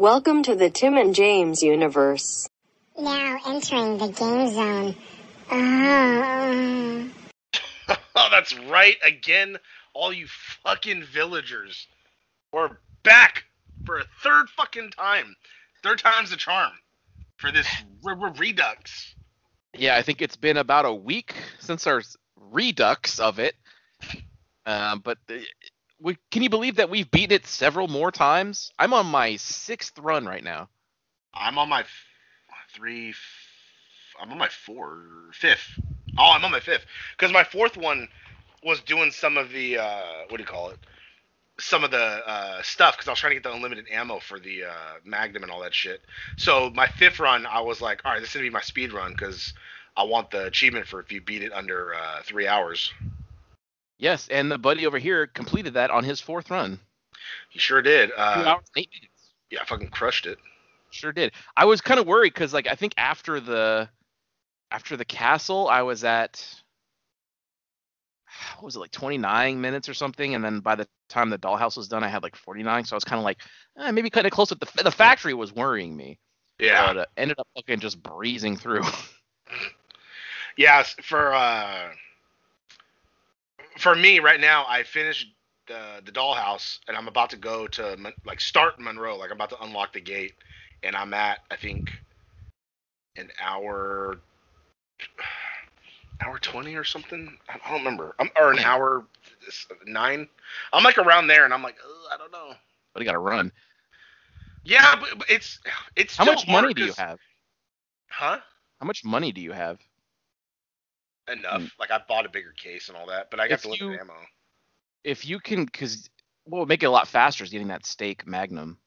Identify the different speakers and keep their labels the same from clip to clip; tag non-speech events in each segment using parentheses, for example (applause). Speaker 1: Welcome to the Tim and James universe.
Speaker 2: Now entering the game zone. Oh.
Speaker 3: Oh, (laughs) that's right again, all you fucking villagers. We're back for a third fucking time. Third time's the charm for this re- re- redux.
Speaker 4: Yeah, I think it's been about a week since our s- redux of it. Um, but the, we, can you believe that we've beaten it several more times? I'm on my sixth run right now.
Speaker 3: I'm on my f- three. F- I'm on my four, fifth. Oh, I'm on my fifth because my fourth one was doing some of the uh, what do you call it? Some of the uh, stuff because I was trying to get the unlimited ammo for the uh, Magnum and all that shit. So my fifth run, I was like, all right, this is gonna be my speed run because I want the achievement for if you beat it under uh, three hours.
Speaker 4: Yes, and the buddy over here completed that on his fourth run.
Speaker 3: He sure did.
Speaker 4: Two
Speaker 3: Uh,
Speaker 4: hours and eight minutes.
Speaker 3: yeah, I fucking crushed it.
Speaker 4: Sure did. I was kind of worried because, like, I think after the after the castle, I was at what was it like 29 minutes or something, and then by the time the dollhouse was done, I had like 49. So I was kind of like, eh, maybe kind of close. But the f- the factory was worrying me.
Speaker 3: Yeah.
Speaker 4: But, uh, ended up fucking just breezing through. (laughs)
Speaker 3: Yeah, s- for uh, for me right now, I finished uh, the the dollhouse, and I'm about to go to Mon- like start Monroe. Like I'm about to unlock the gate, and I'm at I think an hour hour twenty or something. I I don't remember. I'm or an
Speaker 4: Yeah.
Speaker 3: hour s- nine. I'm like around there, and I'm like "Ugh, I don't know.
Speaker 4: but I got to run.
Speaker 3: Yeah, but, but it's it's
Speaker 4: How
Speaker 3: still
Speaker 4: much
Speaker 3: hard
Speaker 4: money do you
Speaker 3: 'cause-
Speaker 4: have?
Speaker 3: Huh?
Speaker 4: How much money do you have?
Speaker 3: Enough. Like I bought a bigger case and all that, but I got
Speaker 4: Hmm. If
Speaker 3: the limited
Speaker 4: you-
Speaker 3: ammo.
Speaker 4: If you can, because what would make it a lot faster is getting that steak magnum.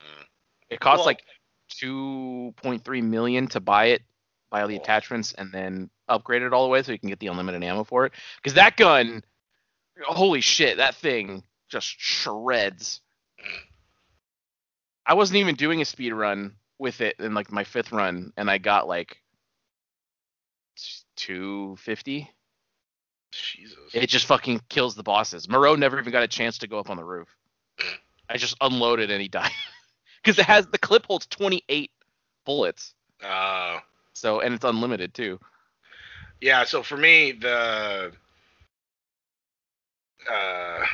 Speaker 3: Mm.
Speaker 4: It costs
Speaker 3: Well-
Speaker 4: like 2.3 million to buy it buy all the
Speaker 3: Cool.
Speaker 4: attachments and then upgrade it all the way so you can get the unlimited ammo for it because that gun holy shit that thing just shreds i wasn't even doing a speed run with it in like my fifth run and i got like t- 250
Speaker 3: Jesus.
Speaker 4: it just fucking kills the bosses moreau never even got a chance to go up on the roof i just unloaded and he died (laughs) because it has the clip holds 28 bullets
Speaker 3: Uh,
Speaker 4: So and it's unlimited too.
Speaker 3: yeah. So for me, the uh,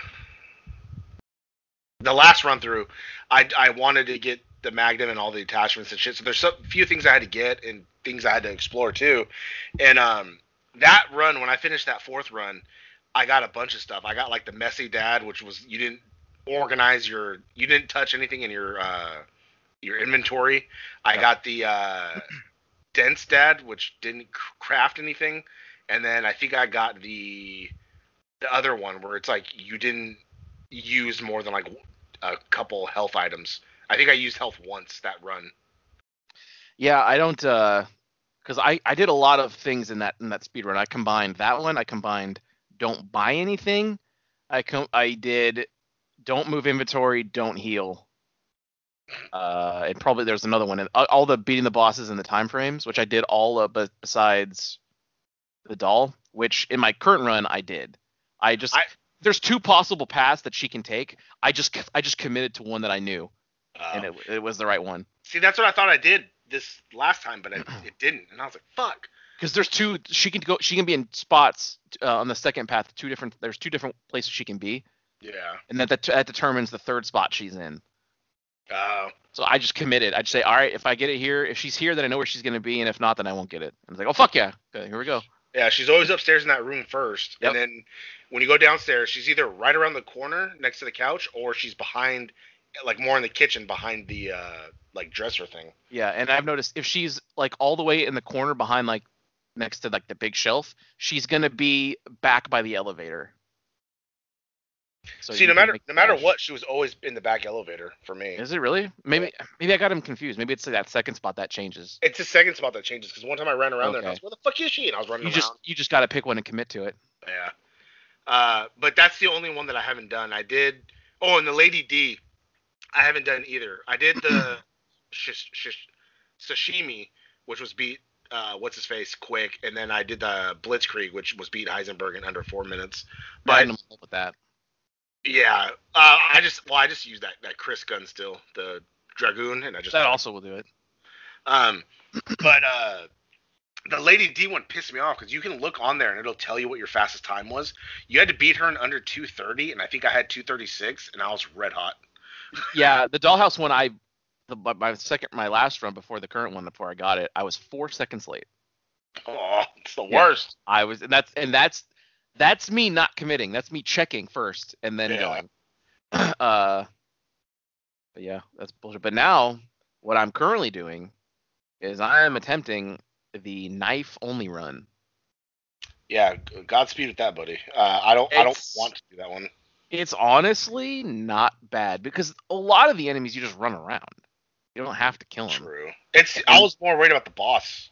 Speaker 3: the last run through, I I wanted to get the Magnum and all the attachments and shit. So there's some few things I had to get and things I had to explore too. And um, that run when I finished that fourth run, I got a bunch of stuff. I got like the messy dad, which was you didn't organize your, you didn't touch anything in your uh, your inventory. I
Speaker 4: Yeah.
Speaker 3: got the uh, dense dad, which didn't c- craft anything, and then I think I got the the other one where it's like you didn't use more than like a couple health items. I think I used health once that run.
Speaker 4: Yeah, I don't uh cuz I I did a lot of things in that in that speed run. I combined that one, I combined don't buy anything. I com- I did don't move inventory, don't heal. Uh and probably there's another one and all the beating the bosses in the time frames, which I did all uh, but besides the doll, which in my current run I did. I just
Speaker 3: I-
Speaker 4: there's two possible paths that she can take. I just I just committed to one that I knew and it, it was the right one.
Speaker 3: Uh, See, that's what I thought I did this last time, but I,
Speaker 4: (clears throat)
Speaker 3: it didn't, and I was like, "Fuck."
Speaker 4: because there's two she can go she can be in spots uh, on the second path two different there's two different places she can be
Speaker 3: Yeah.
Speaker 4: and that, that that determines the third spot she's in
Speaker 3: Uh,
Speaker 4: so i just committed i'd say all right if i get it here if she's here then i know where she's going to be and if not then i won't get it and it's like oh fuck yeah okay, here we go
Speaker 3: yeah, she's always upstairs in that room first,
Speaker 4: Yep.
Speaker 3: and then when you go downstairs, she's either right around the corner next to the couch, or she's behind, like more in the kitchen behind the uh, like dresser thing.
Speaker 4: yeah and i've noticed if she's like all the way in the corner behind like next to like the big shelf she's going to be back by the elevator so
Speaker 3: See,
Speaker 4: you
Speaker 3: no
Speaker 4: can
Speaker 3: matter
Speaker 4: make
Speaker 3: no matter
Speaker 4: dash.
Speaker 3: what, she was always in the back elevator for me.
Speaker 4: is it really maybe maybe i got him confused maybe it's like that second spot that changes
Speaker 3: It's the second spot that changes because one time I ran around there and I
Speaker 4: Okay.
Speaker 3: was, "Where the fuck is she?" And I was running
Speaker 4: you
Speaker 3: around.
Speaker 4: just you just got to pick one and commit to it.
Speaker 3: Yeah. Uh, but that's the only one that I haven't done. I did. Oh, and the Lady D, I haven't done either. I did
Speaker 4: (clears throat)
Speaker 3: the sh- sh- sashimi, which was beat. Uh, what's his face? Quick, and then I did the Blitzkrieg, which was beat Heisenberg in under four minutes. But
Speaker 4: Random up with that.
Speaker 3: yeah, uh, I just well, I just used that that Chris gun still, the Dragoon, and I just
Speaker 4: That also will do it.
Speaker 3: Um, but uh, the Lady D one pissed me off because you can look on there and it'll tell you what your fastest time was. You had to beat her in under 2:30, and I think I had 2:36, and I was red hot. (laughs)
Speaker 4: Yeah, the dollhouse one, I the, my- my second, my last run before the current one, before I got it, I was four seconds late.
Speaker 3: Oh, it's the
Speaker 4: Yeah.
Speaker 3: worst.
Speaker 4: I was, and that's and that's that's me not committing. That's me checking first and then
Speaker 3: Yeah.
Speaker 4: going. (clears throat) uh, but yeah, that's bullshit. But now, what I'm currently doing is I am attempting the knife only run.
Speaker 3: Yeah, g- Godspeed with that, buddy. Uh, I don't, I don't
Speaker 4: It's-
Speaker 3: want to do that one.
Speaker 4: It's honestly not bad because a lot of the enemies you just run around. You don't have to kill them.
Speaker 3: True. It's. I was more worried about the boss.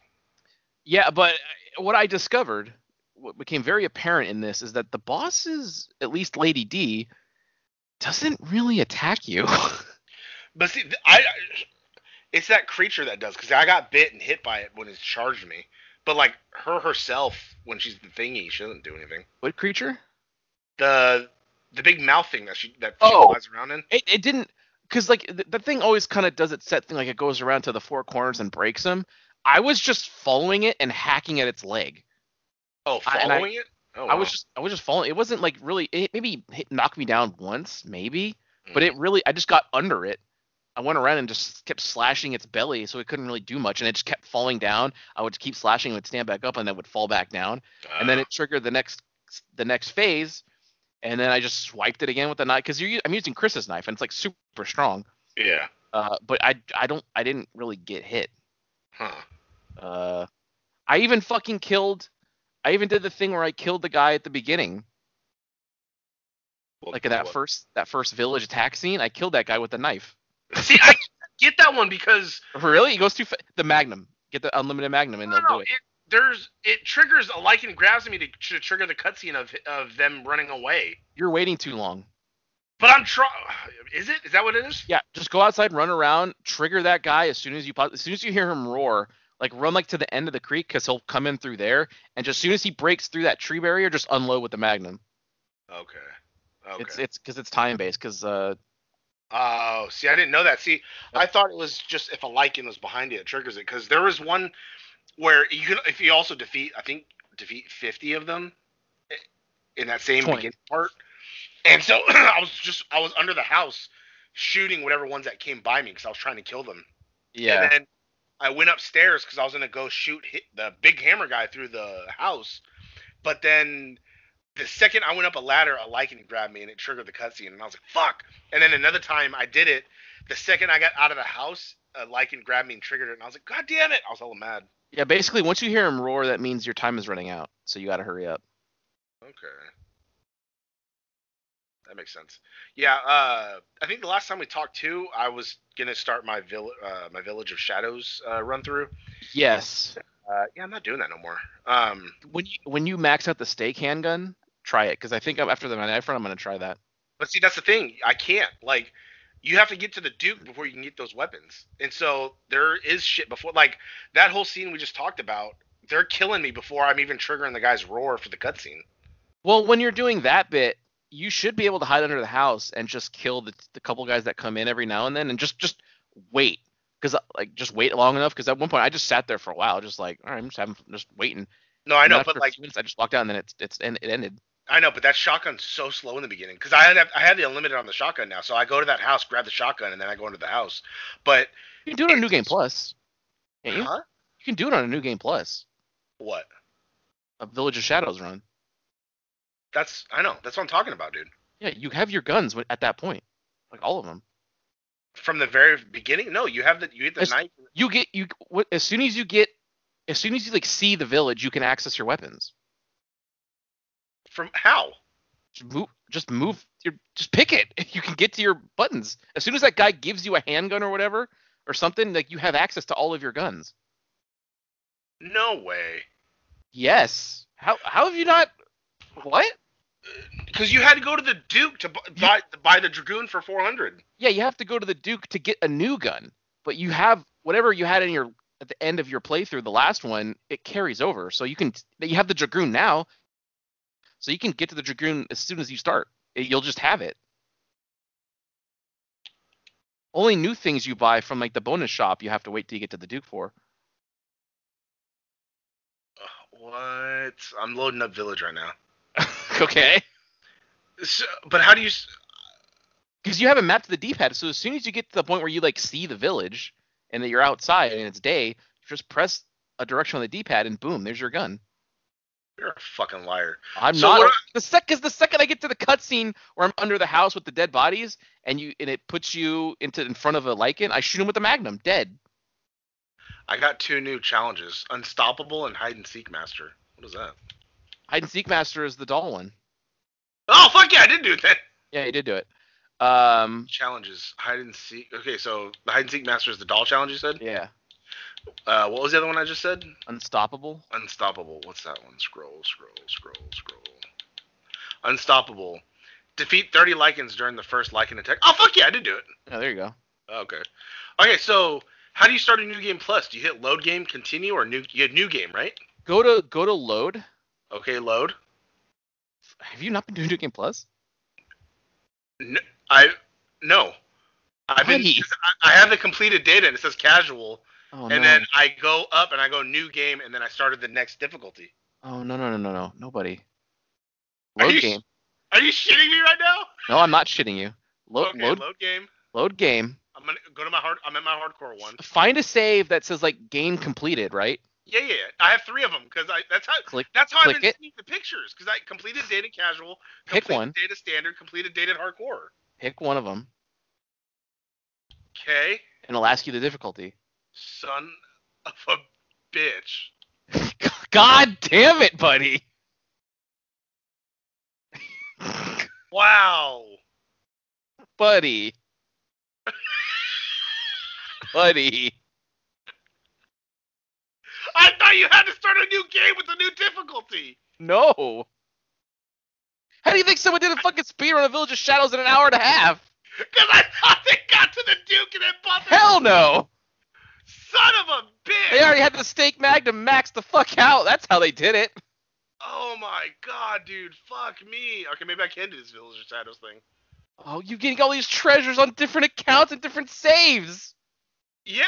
Speaker 4: Yeah, but what I discovered, what became very apparent in this, is that the bosses, at least Lady D, doesn't really attack you. (laughs)
Speaker 3: But see, th- I, I- it's that creature that does because I got bit and hit by it when it charged me. But like her herself, when she's the thingy, she doesn't do anything.
Speaker 4: what creature?
Speaker 3: The the big mouth thing that she that she
Speaker 4: Oh.
Speaker 3: flies around in.
Speaker 4: It, it didn't, because like th- the thing always kind of does its set thing, like it goes around to the four corners and breaks them. I was just following it and hacking at its leg.
Speaker 3: Oh,
Speaker 4: I- and I-
Speaker 3: following it. Oh,
Speaker 4: I was
Speaker 3: wow.
Speaker 4: just, I was just following. It wasn't like really. It maybe hit, knocked me down once, maybe, but it really, I just got under it. I went around and just kept slashing its belly, so it couldn't really do much, and it just kept falling down. I would keep slashing, it would stand back up, and then would fall back down, and then
Speaker 3: Uh,
Speaker 4: it triggered the next, the next phase, and then I just swiped it again with the knife because you're, u- I'm using Chris's knife, and it's like super strong.
Speaker 3: yeah.
Speaker 4: Uh, but I, I don't, I didn't really get hit.
Speaker 3: Huh.
Speaker 4: Uh, I even fucking killed. I even did the thing where I killed the guy at the beginning.
Speaker 3: Well,
Speaker 4: like in that
Speaker 3: what-
Speaker 4: first that first village attack scene, I killed that guy with the knife.
Speaker 3: (laughs) See, I get that one
Speaker 4: (laughs)
Speaker 3: because
Speaker 4: Really? He goes too fa- the Magnum. Get the unlimited Magnum and
Speaker 3: no,
Speaker 4: they'll
Speaker 3: no,
Speaker 4: do
Speaker 3: it.
Speaker 4: it.
Speaker 3: there's it triggers a lichen grabs me to, to trigger the cutscene of of them running away.
Speaker 4: You're waiting too long.
Speaker 3: But I'm trying. (sighs) Is it? Is that what it is?
Speaker 4: Yeah, just go outside, run around, trigger that guy as soon as you pos- as soon as you hear him roar. Like run like to the end of the creek because he'll come in through there, and just as soon as he breaks through that tree barrier, just unload with the Magnum.
Speaker 3: Okay. Okay.
Speaker 4: It's it's because it's time based. Because uh,
Speaker 3: Oh, see, I didn't know that. See, I thought it was just if a lichen was behind you, it triggers it. Because there was one where you can, if you also defeat, I think defeat fifty of them eh, in that same
Speaker 4: 20.
Speaker 3: beginning part. And so (clears throat) I was just, I was under the house shooting whatever ones that came by me because I was trying to kill them.
Speaker 4: yeah,
Speaker 3: And then I went upstairs because I was gonna go shoot hit the big hammer guy through the house, but then the second I went up a ladder, a lichen grabbed me and it triggered the cutscene, and I was like, "Fuck!" And then another time I did it. The second I got out of the house, a lichen grabbed me and triggered it, and I was like, "God damn it!" I was all mad.
Speaker 4: yeah. Basically, once you hear him roar, that means your time is running out, so you got to hurry up.
Speaker 3: Okay. That makes sense. Yeah, uh, I think the last time we talked too, I was gonna start my vill- uh, my Village of Shadows uh, run through.
Speaker 4: Yes.
Speaker 3: Uh, yeah, I'm not doing that no more. Um,
Speaker 4: when you when you max out the stake handgun, try it because I think I'm, after the knife run, I'm gonna try that.
Speaker 3: But see, that's the thing. I can't. Like, you have to get to the Duke before you can get those weapons. And so there is shit before. Like, that whole scene we just talked about, they're killing me before I'm even triggering the guy's roar for the cutscene.
Speaker 4: Well, when you're doing that bit, you should be able to hide under the house and just kill the, the couple guys that come in every now and then, and just just wait because like just wait long enough because at one point I just sat there for a while, just like all right, I'm just having just waiting.
Speaker 3: No, I
Speaker 4: And
Speaker 3: know,
Speaker 4: after
Speaker 3: but
Speaker 4: a
Speaker 3: like,
Speaker 4: few minutes, I just walked out and then it's it's and it ended.
Speaker 3: I know, but that shotgun's so slow in the beginning because I had I had the unlimited on the shotgun now. So I go to that house, grab the shotgun, and then I go into the house. But
Speaker 4: You can do it on New Game Plus. Can't you?
Speaker 3: huh?
Speaker 4: You can do it on a New Game Plus,
Speaker 3: What?
Speaker 4: a Village of Shadows run.
Speaker 3: That's I know. That's what I'm talking about, dude.
Speaker 4: Yeah, you have your guns when- at that point, like all of them.
Speaker 3: From the very beginning, no, you have the you hit the
Speaker 4: That's-
Speaker 3: knife.
Speaker 4: you get you what as soon as you get as soon as you like see the village you can access your weapons
Speaker 3: From how?
Speaker 4: just move just move your just pick it (laughs) you can get to your buttons as soon as that guy gives you a handgun or whatever or something like you have access to all of your guns
Speaker 3: No way.
Speaker 4: yes how how have you not what
Speaker 3: Because you had to go to the Duke to bu- buy, to buy the Dragoon for 400.
Speaker 4: yeah you have to go to the duke to get a new gun but you have whatever you had in your at the end of your playthrough the last one it carries over so you can you have the dragoon now so you can get to the dragoon as soon as you start It- you'll just have it Only new things you buy from like the bonus shop you have to wait till you get to the Duke for. (laughs)
Speaker 3: What? I'm loading up Village right now.
Speaker 4: okay.
Speaker 3: So, but how do you? s-
Speaker 4: because you haven't mapped the d-pad so as soon as you get to the point where you like see the village and that you're outside and it's day you just press a direction on the d-pad and boom there's your gun
Speaker 3: You're a fucking liar.
Speaker 4: i'm
Speaker 3: So
Speaker 4: not
Speaker 3: what-
Speaker 4: the sec because the second i get to the cutscene where i'm under the house with the dead bodies and you and it puts you into in front of a lichen i shoot him with a magnum dead
Speaker 3: I got two new challenges: Unstoppable and Hide and Seek Master. What is that?
Speaker 4: hide and seek master is the doll one
Speaker 3: Oh fuck yeah! I did do that.
Speaker 4: yeah you did do it um
Speaker 3: Challenges: Hide and Seek. Okay, so the Hide and Seek Master is the doll challenge you said.
Speaker 4: yeah
Speaker 3: Uh, what was the other one I just said?
Speaker 4: unstoppable
Speaker 3: Unstoppable. What's that one? Scroll, scroll, scroll, scroll. Unstoppable. Defeat 30 lichens during the first lichen attack. Oh fuck yeah! I did do it.
Speaker 4: oh there you go
Speaker 3: Okay. Okay, so how do you start a new game plus? Do you hit load game, continue, or new? You had new game, right?
Speaker 4: go to go to load
Speaker 3: Okay, load.
Speaker 4: have you not been doing new game plus
Speaker 3: N- I no. I've been.
Speaker 4: Why?
Speaker 3: I I have the completed data, and it says casual,
Speaker 4: oh,
Speaker 3: and then I go up and I go new game, and then I started the next difficulty.
Speaker 4: Oh no no no no no nobody.
Speaker 3: Are
Speaker 4: Load
Speaker 3: you
Speaker 4: game.
Speaker 3: Are you shitting me right now?
Speaker 4: No, I'm not shitting you. Load
Speaker 3: okay,
Speaker 4: load
Speaker 3: load game.
Speaker 4: load game.
Speaker 3: I'm gonna go to my hard. I'm at my hardcore one.
Speaker 4: Find a save that says like game completed, right?
Speaker 3: Yeah, yeah. yeah. I have three of them because I. That's how.
Speaker 4: Click
Speaker 3: That's how
Speaker 4: click
Speaker 3: I've been
Speaker 4: it.
Speaker 3: seeing the pictures because I completed data casual,
Speaker 4: Pick
Speaker 3: completed
Speaker 4: one.
Speaker 3: data standard, completed data hardcore.
Speaker 4: pick one of them
Speaker 3: Okay.
Speaker 4: and it'll ask you the difficulty.
Speaker 3: Son of a bitch.
Speaker 4: (laughs) God damn it, buddy.
Speaker 3: Wow.
Speaker 4: buddy. buddy.
Speaker 3: I thought you had to start a new game with a new difficulty.
Speaker 4: No. How do you think someone did a fucking speedrun of Village of Shadows in an hour and a half?
Speaker 3: Because I thought they got to the Duke and then bought the
Speaker 4: Hell no.
Speaker 3: son of a bitch.
Speaker 4: They already had the stake magnum max the fuck out. That's how they did it.
Speaker 3: Oh my god, dude. Fuck me. Okay, maybe I can do this Village of Shadows thing.
Speaker 4: Oh, you're getting all these treasures on different accounts and different saves.
Speaker 3: Yeah,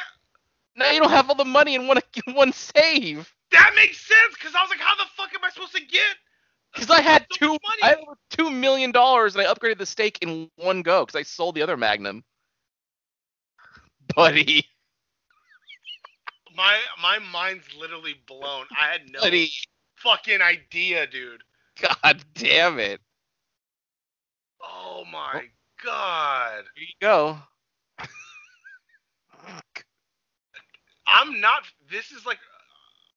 Speaker 4: Now you don't have all the money in one (laughs) in one save.
Speaker 3: that makes sense. Because I was like, how the fuck am I supposed to get?
Speaker 4: Because I had
Speaker 3: So
Speaker 4: two,
Speaker 3: much money.
Speaker 4: I had over two million dollars, and I upgraded the stake in one go because I sold the other Magnum. Buddy,
Speaker 3: My my mind's literally blown. I had no
Speaker 4: buddy,
Speaker 3: fucking idea, dude.
Speaker 4: god damn it!
Speaker 3: Oh my god.
Speaker 4: Here you go.
Speaker 3: I'm not. This is like,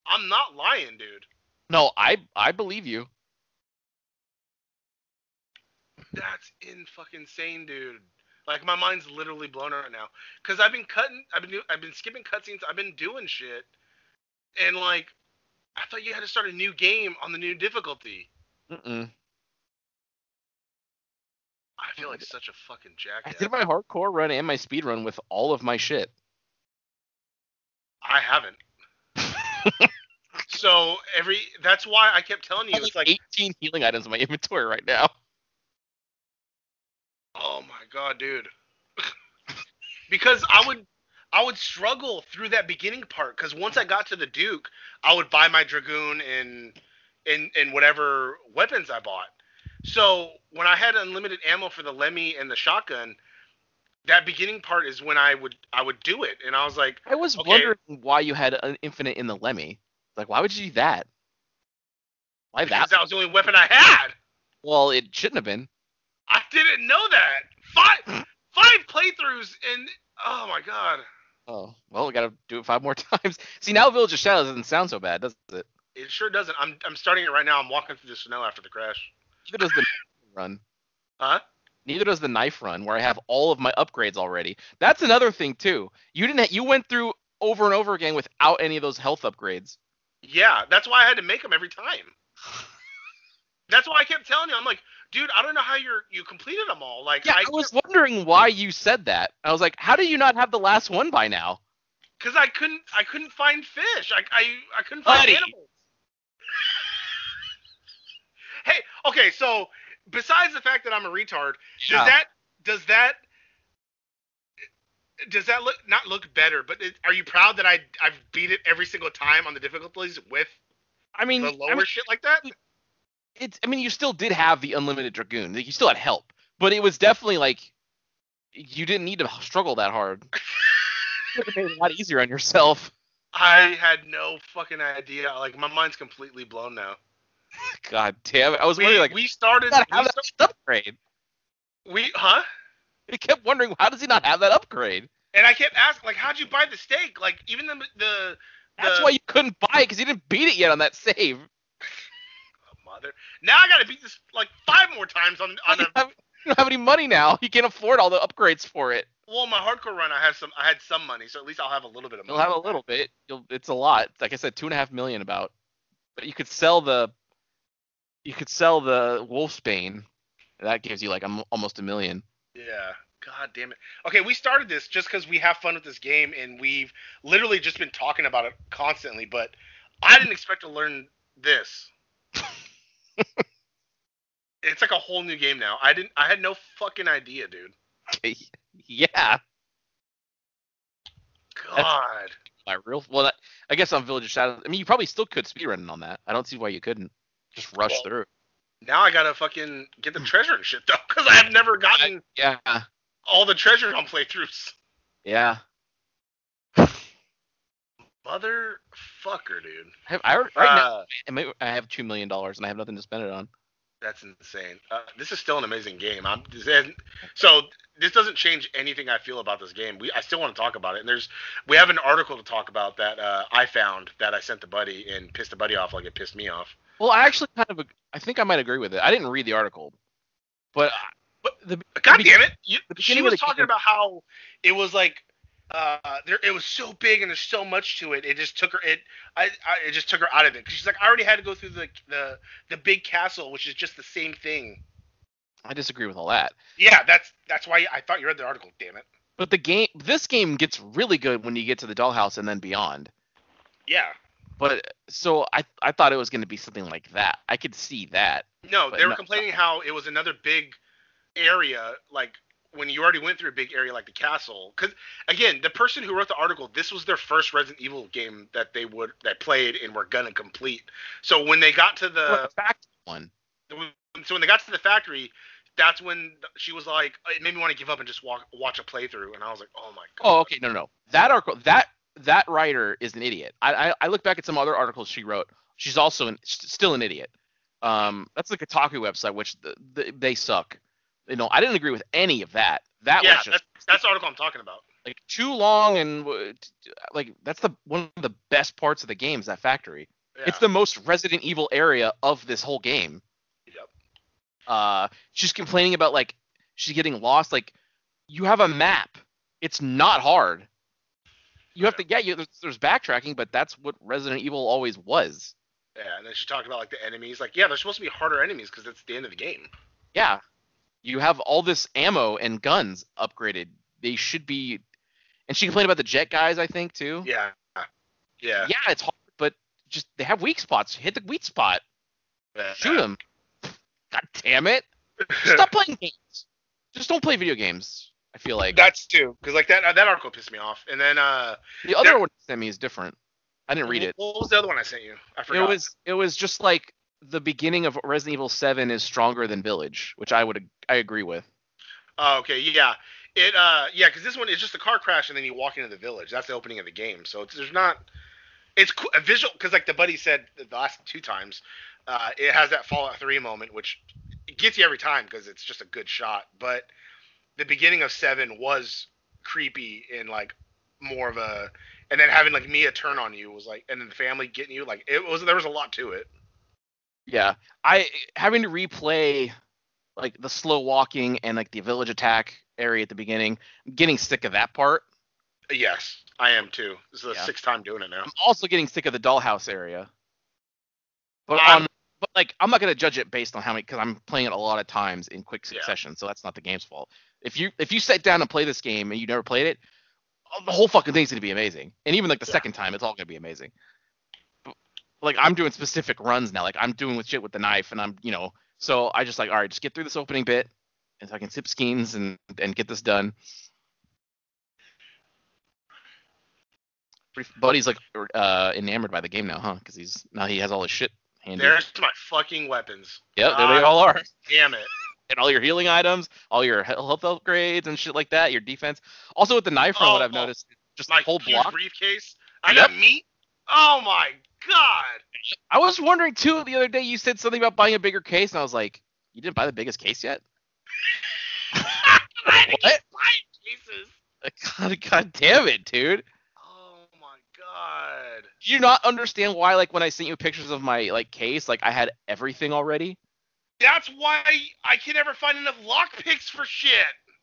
Speaker 3: I'm not lying, dude.
Speaker 4: No, I I believe you.
Speaker 3: That's in fucking sane, dude. Like my mind's literally blown right now. Cause I've been cutting, I've been, do, I've been skipping cutscenes. I've been doing shit, and like, I thought you had to start a new game on the new difficulty.
Speaker 4: Mm-mm.
Speaker 3: I feel like such a fucking
Speaker 4: I
Speaker 3: jackass.
Speaker 4: did my hardcore run and my speed run with all of my shit.
Speaker 3: I
Speaker 4: (laughs)
Speaker 3: haven't. so every that's why I kept telling you
Speaker 4: I have,
Speaker 3: it's
Speaker 4: like
Speaker 3: like
Speaker 4: 18 healing items in my (laughs) inventory right now.
Speaker 3: Oh my god, dude. (laughs) because I would I would struggle through that beginning part cuz once I got to the Duke, I would buy my dragoon and and and whatever weapons I bought. So, when I had unlimited ammo for the Lemmy and the shotgun, that beginning part is when I would I would do it and I was like,
Speaker 4: I was
Speaker 3: Okay.
Speaker 4: wondering why you had an infinite in the Lemmy. Like, why would you do that? Why
Speaker 3: because
Speaker 4: that?
Speaker 3: that was the only weapon I had.
Speaker 4: Well, it shouldn't have been.
Speaker 3: I didn't know that. Five five playthroughs and oh my god.
Speaker 4: Oh, well, we gotta do it five more (laughs) times. See, now Village of Shadows doesn't sound so bad, does it?
Speaker 3: It sure doesn't. I'm I'm starting it right now. I'm walking through the snow after the crash.
Speaker 4: Neither does the run.
Speaker 3: Huh?
Speaker 4: Neither does the knife run, where I have all of my upgrades already. That's another thing too. You didn't. you went through over and over again without any of those health upgrades.
Speaker 3: Yeah, that's why I had to make them every
Speaker 4: (laughs)
Speaker 3: time. That's why I kept telling you. I'm like, dude, I don't know how you're you completed them all. Like,
Speaker 4: Yeah, I was wondering why you said that. I was like, how do you not have the last one by now?
Speaker 3: because I couldn't I couldn't find fish. I I, I couldn't find
Speaker 4: Buddy.
Speaker 3: animals. (laughs) hey, okay, so besides the fact that I'm a retard, does that does that does that look not look better? But it, are you proud that I I've beat it every single time on the difficulties with
Speaker 4: I mean,
Speaker 3: the
Speaker 4: I
Speaker 3: lower
Speaker 4: mean,
Speaker 3: shit like
Speaker 4: (laughs)
Speaker 3: that?
Speaker 4: it's I mean you still did have the unlimited dragoon. Like, you still had help, but it was definitely like you didn't need to struggle that hard. (laughs) You could've made it a lot easier on yourself. (laughs)
Speaker 3: I had no fucking idea. Like my mind's completely blown now.
Speaker 4: God damn it! I was
Speaker 3: We,
Speaker 4: wondering like
Speaker 3: we started.
Speaker 4: "How does he
Speaker 3: We,
Speaker 4: not have
Speaker 3: sta-
Speaker 4: that upgrade.
Speaker 3: we huh?
Speaker 4: I kept wondering how does he not have that upgrade?
Speaker 3: And I kept asking, like, how'd you buy the steak? Like even the the
Speaker 4: That's
Speaker 3: the-
Speaker 4: why you couldn't buy it because you didn't beat it yet on that save.
Speaker 3: oh, mother. Now I gotta beat this like five more times on on
Speaker 4: (laughs) you,
Speaker 3: a
Speaker 4: don't have, you don't have any money now. You can't afford all the upgrades for it.
Speaker 3: well my hardcore run. I have some. I had some money, so at least I'll have a little bit of money.
Speaker 4: You'll have a little bit. You'll, it's a lot. Like I said, two and a half million about. But you could sell the, you could sell the Wolfsbane. That gives you like um, almost a million.
Speaker 3: Yeah. God damn it. Okay, we started this just because we have fun with this game, and we've literally just been talking about it constantly. But I didn't expect to learn
Speaker 4: (laughs)
Speaker 3: this. it's like a whole new game now. I didn't. I had no fucking idea, dude.
Speaker 4: yeah,
Speaker 3: God.
Speaker 4: my real. Well, that, I guess on Village of Shadows. I mean, you probably still could speedrun on that. I don't see why you couldn't. Just rush
Speaker 3: Well,
Speaker 4: through.
Speaker 3: Now I gotta fucking get the treasure and shit though, because I have never gotten
Speaker 4: Yeah,
Speaker 3: all the treasure on playthroughs.
Speaker 4: yeah.
Speaker 3: Motherfucker, dude.
Speaker 4: I, have, I right now
Speaker 3: Uh,
Speaker 4: I might- I have two million dollars and I have nothing to spend it on.
Speaker 3: That's insane. Uh, this is still an amazing game. I'm this isn't- so this doesn't change anything I feel about this game. We I still want to talk about it. And there's we have an article to talk about that uh, I found that I sent to Buddy and pissed the Buddy off like it pissed me off.
Speaker 4: Well, I actually kind of ag- I think I might agree with it. I didn't read the article, but I-
Speaker 3: But-
Speaker 4: the,
Speaker 3: God
Speaker 4: the be-
Speaker 3: damn it! You,
Speaker 4: the
Speaker 3: she
Speaker 4: beginning
Speaker 3: was
Speaker 4: of the
Speaker 3: talking
Speaker 4: game-
Speaker 3: about how it was like uh, there it was so big and there's so much to it. It just took her it I, I it just took her out of it 'Cause she's like I already had to go through the the the big castle, which is just the same thing.
Speaker 4: I disagree with all that.
Speaker 3: Yeah, that's that's why I thought you read the article. Damn it.
Speaker 4: But the game, this game gets really good when you get to the dollhouse and then beyond.
Speaker 3: Yeah.
Speaker 4: But so I, I thought it was going to be something like that. I could see that.
Speaker 3: No,
Speaker 4: But
Speaker 3: they were
Speaker 4: no-
Speaker 3: complaining how it was another big area, like when you already went through a big area like the castle. Because again, the person who wrote the article, this was their first Resident Evil game that they would that played and were gonna complete. So when they got to
Speaker 4: Well,
Speaker 3: the
Speaker 4: the fact one.
Speaker 3: so when they got to the factory, that's when she was like, uh, it made me want to give up and just walk, watch a playthrough. And I was like, oh my god.
Speaker 4: Oh, okay, no, no, no. That article, that that writer is an idiot. I, I, I look back at some other articles she wrote. She's also an, st- still an idiot. Um, that's the Kotaku website, which the, the, they suck. You know, I didn't agree with any of that. That
Speaker 3: yeah,
Speaker 4: was just
Speaker 3: that's, that's the article I'm talking about.
Speaker 4: like too long and w- t- t- like that's the one of the best parts of the game is that factory.
Speaker 3: Yeah.
Speaker 4: It's the most Resident Evil area of this whole game.
Speaker 3: Yep.
Speaker 4: Uh, she's complaining about like she's getting lost. Like you have a map. It's not hard. You have to yeah. You, there's, there's backtracking, but that's what Resident Evil always was.
Speaker 3: yeah, and then she talked about like the enemies. Like, yeah, they're supposed to be harder enemies because it's the end of the game.
Speaker 4: Yeah. You have all this ammo and guns upgraded. They should be. And she complained about the jet guys, I think too.
Speaker 3: Yeah. Yeah.
Speaker 4: Mm-hmm. yeah, it's hard, but just they have weak spots. Hit the weak spot.
Speaker 3: yeah. (laughs)
Speaker 4: Shoot them. God damn it! Stop playing games. Just don't play video games. I feel like
Speaker 3: That's two, because like that that article pissed me off. And then uh,
Speaker 4: the other
Speaker 3: there-
Speaker 4: one you sent me is different. I didn't read it.
Speaker 3: What was the other one I sent you? I
Speaker 4: It
Speaker 3: forgot.
Speaker 4: was it was just like the beginning of Resident Evil Seven is stronger than Village, which I would I agree with.
Speaker 3: Oh, okay, yeah. It uh, yeah, because this one is just a car crash and then you walk into the village. That's the opening of the game. So it's, there's not. It's cool, a visual because like the buddy said the last two times, uh, it has that Fallout Three moment, which it gets you every time because it's just a good shot. But the beginning of Seven was creepy and like more of a, and then having like Mia turn on you was like, and then the family getting you like it was there was a lot to it.
Speaker 4: Yeah, I having to replay like the slow walking and like the village attack area at the beginning. I'm getting sick of that part.
Speaker 3: Yes, I am too. This is the
Speaker 4: Yeah.
Speaker 3: sixth time doing it now.
Speaker 4: I'm also getting sick of the dollhouse area. But
Speaker 3: I'm-
Speaker 4: on, but like I'm not gonna judge it based on how many because I'm playing it a lot of times in quick
Speaker 3: Yeah.
Speaker 4: succession, so that's not the game's fault. If you if you sat down and play this game and you never played it, uh, the whole fucking thing's gonna be amazing. And even like the
Speaker 3: Yeah.
Speaker 4: second time, it's all gonna be amazing. But, like I'm doing specific runs now. Like I'm doing with shit with the knife, and I'm you know so I just like all right, just get through this opening bit, and so I can sip schemes and and get this done. Buddy's like uh, enamored by the game now, huh? Because he's now he has all his shit handy.
Speaker 3: There's my fucking weapons.
Speaker 4: yep, there they all are.
Speaker 3: Damn it.
Speaker 4: and all your healing items, all your he- health upgrades and shit like that, your defense. Also with the knife run, what
Speaker 3: Oh,
Speaker 4: I've
Speaker 3: oh,
Speaker 4: noticed, just the
Speaker 3: My
Speaker 4: whole
Speaker 3: huge
Speaker 4: block.
Speaker 3: briefcase. I got meat. Oh my
Speaker 4: (laughs)
Speaker 3: god.
Speaker 4: I was wondering too the other day. You said something about buying a bigger case, and I was like, you didn't buy the biggest case yet. (laughs)
Speaker 3: I had to
Speaker 4: What?
Speaker 3: keep buying cases.
Speaker 4: God, God damn it, dude!
Speaker 3: Oh my god.
Speaker 4: Do you not understand why? Like when I sent you pictures of my like case, like I had everything already.
Speaker 3: That's why I can never find enough lockpicks for shit.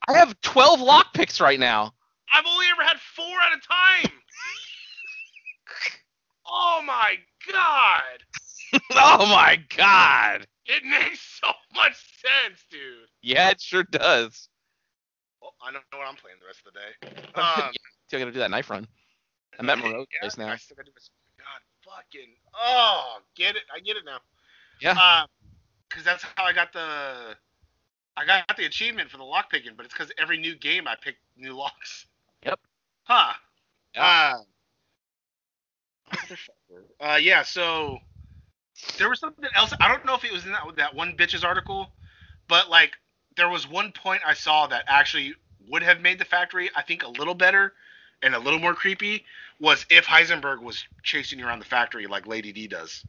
Speaker 4: I have twelve lockpicks right now. (laughs)
Speaker 3: I've only ever had four at a time. oh my god.
Speaker 4: oh my god!
Speaker 3: It makes so much sense, dude.
Speaker 4: Yeah, it sure does. (laughs)
Speaker 3: Well, I don't know what I'm playing the rest of the day. Um,
Speaker 4: Still gonna do that knife run. I'm at Moreau's
Speaker 3: yeah,
Speaker 4: place now.
Speaker 3: I still gotta do this- God fucking. Oh, get it. I get it now.
Speaker 4: Yeah.
Speaker 3: Because that's how I got the. I got the achievement for the lock picking, but it's because every new game I pick new locks.
Speaker 4: Yep.
Speaker 3: Huh.
Speaker 4: Yeah.
Speaker 3: Uh, motherfucker. (laughs) uh, yeah, so there was something else. I don't know if it was in that, that one bitch's article, but like there was one point I saw that actually would have made the factory, I think, a little better and a little more creepy was if Heisenberg was chasing you around the factory like Lady D does.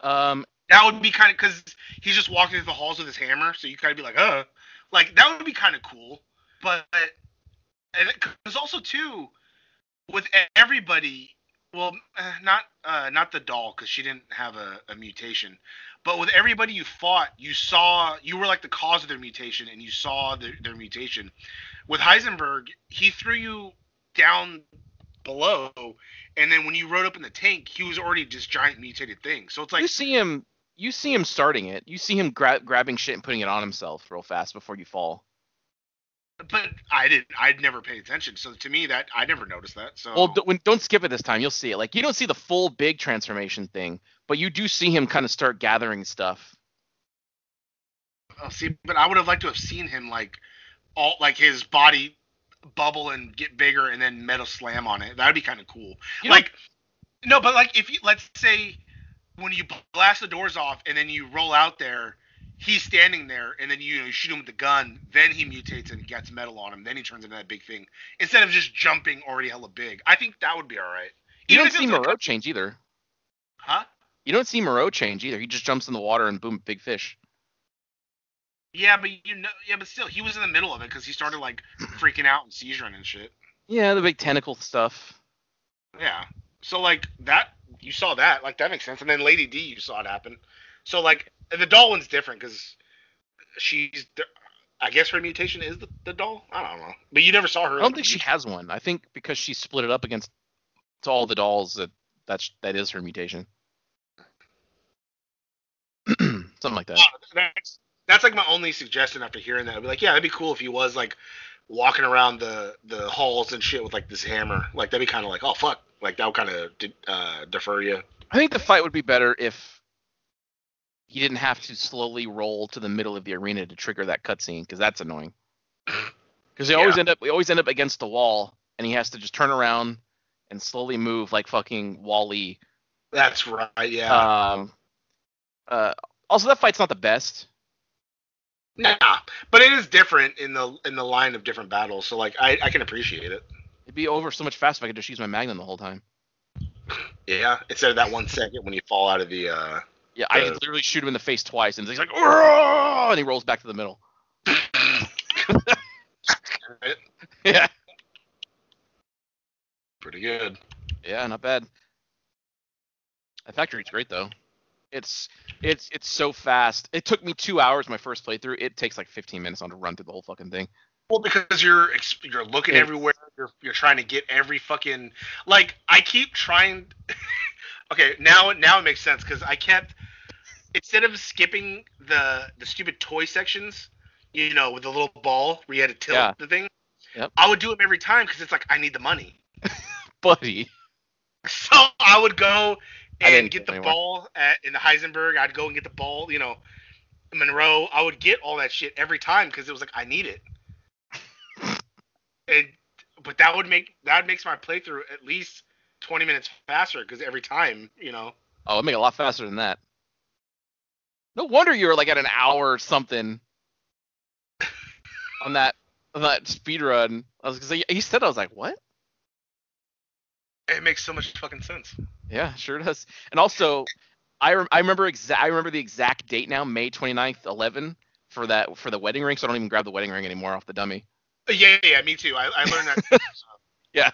Speaker 4: Um,
Speaker 3: That would be kind of because he's just walking through the halls with his hammer, so you kind of be like, uh, like that would be kind of cool. But and because also too, with e- everybody, well, eh, not uh, not the doll because she didn't have a, a mutation, but with everybody you fought, you saw you were like the cause of their mutation, and you saw their, their mutation. With Heisenberg, he threw you down below, and then when you rode up in the tank, he was already this giant mutated thing. So it's like
Speaker 4: you see him you see him starting it you see him gra- grabbing shit and putting it on himself real fast before you fall
Speaker 3: But I didn't. I'd never paid attention. So to me, that I never noticed that. So
Speaker 4: well d- when, don't skip it this time you'll see it like you don't see the full big transformation thing but you do see him kind of start gathering stuff
Speaker 3: Oh, see, but I would have liked to have seen him like all like his body bubble and get bigger, and then metal slam on it. That'd be kind of cool.
Speaker 4: You
Speaker 3: like no, but like if you let's say when you blast the doors off and then you roll out there, he's standing there, and then you, you shoot him with the gun. Then he mutates and gets metal on him. Then he turns into that big thing instead of just jumping already hella big. I think that would be all right.
Speaker 4: you
Speaker 3: Even
Speaker 4: don't
Speaker 3: if it
Speaker 4: see
Speaker 3: was a-
Speaker 4: moreau change either
Speaker 3: huh?
Speaker 4: you don't see moreau change either he just jumps in the water and boom big fish
Speaker 3: Yeah, but you know, yeah, but still, he was in the middle of it because he started like freaking out and seizuring and shit.
Speaker 4: yeah the big tentacle stuff
Speaker 3: Yeah. So like that, you saw that, like that makes sense. And then Lady D, you saw it happen. So like the doll one's different because she's, I guess her mutation is the, the doll. I don't know, but you never saw her.
Speaker 4: i don't think she has one i think because she split it up against to all the dolls that that's that is her mutation (clears throat) something like that
Speaker 3: Uh, That's that's like my only suggestion after hearing that. I'd be like, yeah, that'd be cool if he was like walking around the the halls and shit with like this hammer. Like that'd be kind of like, oh fuck, like that would kind of uh, defer you.
Speaker 4: I think the fight would be better if he didn't have to slowly roll to the middle of the arena to trigger that cutscene because that's (clears throat) annoying. Because they always end up we always end up against the wall and he has to just turn around and slowly move like fucking Wally.
Speaker 3: That's right. Yeah.
Speaker 4: Um, uh, also that fight's not the best.
Speaker 3: Nah, but it is different in the in the line of different battles, so like I, I can appreciate it.
Speaker 4: It'd be over so much faster if I could just use my Magnum the whole time.
Speaker 3: Yeah, instead of that one second when you fall out of the.
Speaker 4: (clears throat)
Speaker 3: uh
Speaker 4: Yeah, I
Speaker 3: Uh.
Speaker 4: could literally shoot him in the face twice and he's like, "Urgh!" and he rolls back to the middle. yeah.
Speaker 3: Pretty good.
Speaker 4: Yeah, not bad. The factory's great though. It's it's it's so fast. It took me two hours my first playthrough. It takes like 15 minutes on to run through the whole fucking thing. (laughs)
Speaker 3: Well, because you're ex- you're looking
Speaker 4: Yeah.
Speaker 3: everywhere, you're you're trying to get every fucking like I keep trying. (laughs) okay, now now it makes sense because I kept instead of skipping the the stupid toy sections, you know, with the little ball where you had to tilt
Speaker 4: Yeah.
Speaker 3: the thing.
Speaker 4: Yep.
Speaker 3: I would do them every time because it's like I need the money.
Speaker 4: Buddy,
Speaker 3: (laughs) So I would go
Speaker 4: I
Speaker 3: and
Speaker 4: didn't
Speaker 3: get
Speaker 4: get
Speaker 3: the
Speaker 4: anywhere.
Speaker 3: ball at, in the Heisenberg. I'd go and get the ball, you know, Monroe. I would get all that shit every time because it was like I need it. and but that would make that makes my playthrough at least 20 minutes faster because every time, you know.
Speaker 4: Oh, I make it a lot faster than that. No wonder you were like at an hour or something on that on that speed run. I was because he said I was like, what?
Speaker 3: It makes so much fucking sense.
Speaker 4: Yeah, sure does. And also, I rem- I remember exact I remember the exact date now, May 29th, 11 for that for the wedding ring. So I don't even grab the wedding ring anymore off the dummy.
Speaker 3: Uh, Yeah, yeah, yeah, me too. I, I learned that.
Speaker 4: (laughs)
Speaker 3: too, so.
Speaker 4: Yeah.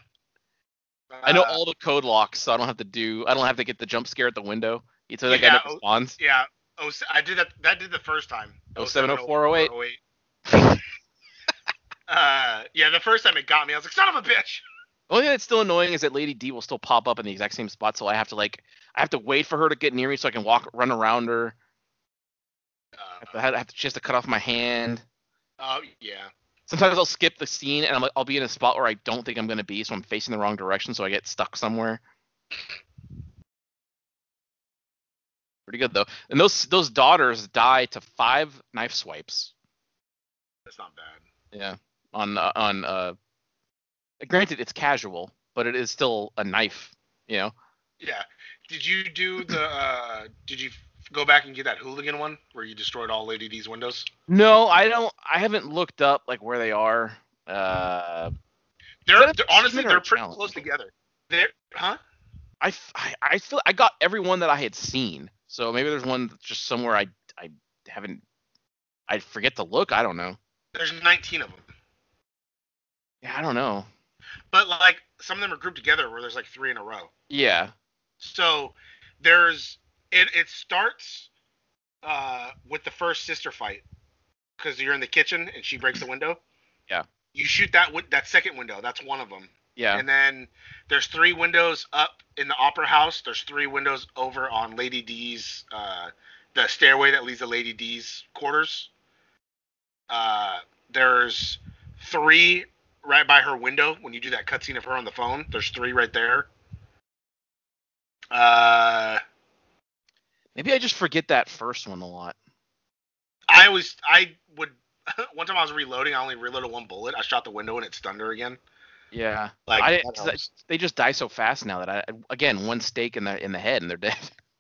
Speaker 4: I know
Speaker 3: Uh,
Speaker 4: all the code locks, so I don't have to do I don't have to get the jump scare at the window. It's like I
Speaker 3: Yeah,
Speaker 4: never spawns.
Speaker 3: Yeah. Oh, s- I did that. That did the first time.
Speaker 4: Oh, 70408.
Speaker 3: 070408. (laughs) Uh, yeah, the first time it got me, I was like, son of a bitch.
Speaker 4: The only thing that's still annoying is that Lady D will still pop up in the exact same spot, so I have to like I have to wait for her to get near me so I can walk run around her. I have
Speaker 3: Uh,
Speaker 4: to, I have to she has to cut off my hand.
Speaker 3: oh, yeah.
Speaker 4: Sometimes I'll skip the scene and I'm like, I'll be in a spot where I don't think I'm gonna be, so I'm facing the wrong direction, so I get stuck somewhere. Pretty good though. And those those daughters die to five knife swipes.
Speaker 3: That's not bad.
Speaker 4: Yeah. On uh, on uh, granted it's casual, but it is still a knife. You know.
Speaker 3: Yeah. Did you do the? Uh, did you f- go back and get that hooligan one where you destroyed all Lady D's windows?
Speaker 4: No, I don't. I haven't looked up like where they are. Uh,
Speaker 3: They're,
Speaker 4: that a
Speaker 3: they're honestly
Speaker 4: achievement or
Speaker 3: they're
Speaker 4: a
Speaker 3: pretty
Speaker 4: challenge?
Speaker 3: close together. They're huh?
Speaker 4: I, f- I I feel I got every one that I had seen. So maybe there's one that's just somewhere I I haven't. I forget to look. I don't know.
Speaker 3: There's 19 of them,
Speaker 4: Yeah, I don't know.
Speaker 3: but like some of them are grouped together where there's like three in a row.
Speaker 4: Yeah.
Speaker 3: So there's it. It starts uh, with the first sister fight because you're in the kitchen and she breaks the window.
Speaker 4: Yeah.
Speaker 3: You shoot that win- that second window. That's one of them.
Speaker 4: Yeah.
Speaker 3: And then there's three windows up in the opera house. There's three windows over on Lady D's uh, the stairway that leads to Lady D's quarters. Uh, there's three right by her window when you do that cutscene of her on the phone. There's three right there. Uh,
Speaker 4: Maybe I just forget that first one a lot.
Speaker 3: I always I would (laughs) one time I was reloading. I only reloaded one bullet. I shot the window and it stunned her again.
Speaker 4: Yeah.
Speaker 3: Like
Speaker 4: I
Speaker 3: that
Speaker 4: didn't, 'cause I-
Speaker 3: helps.
Speaker 4: they just die so fast now that I again one stake in the in the head and they're (laughs) dead.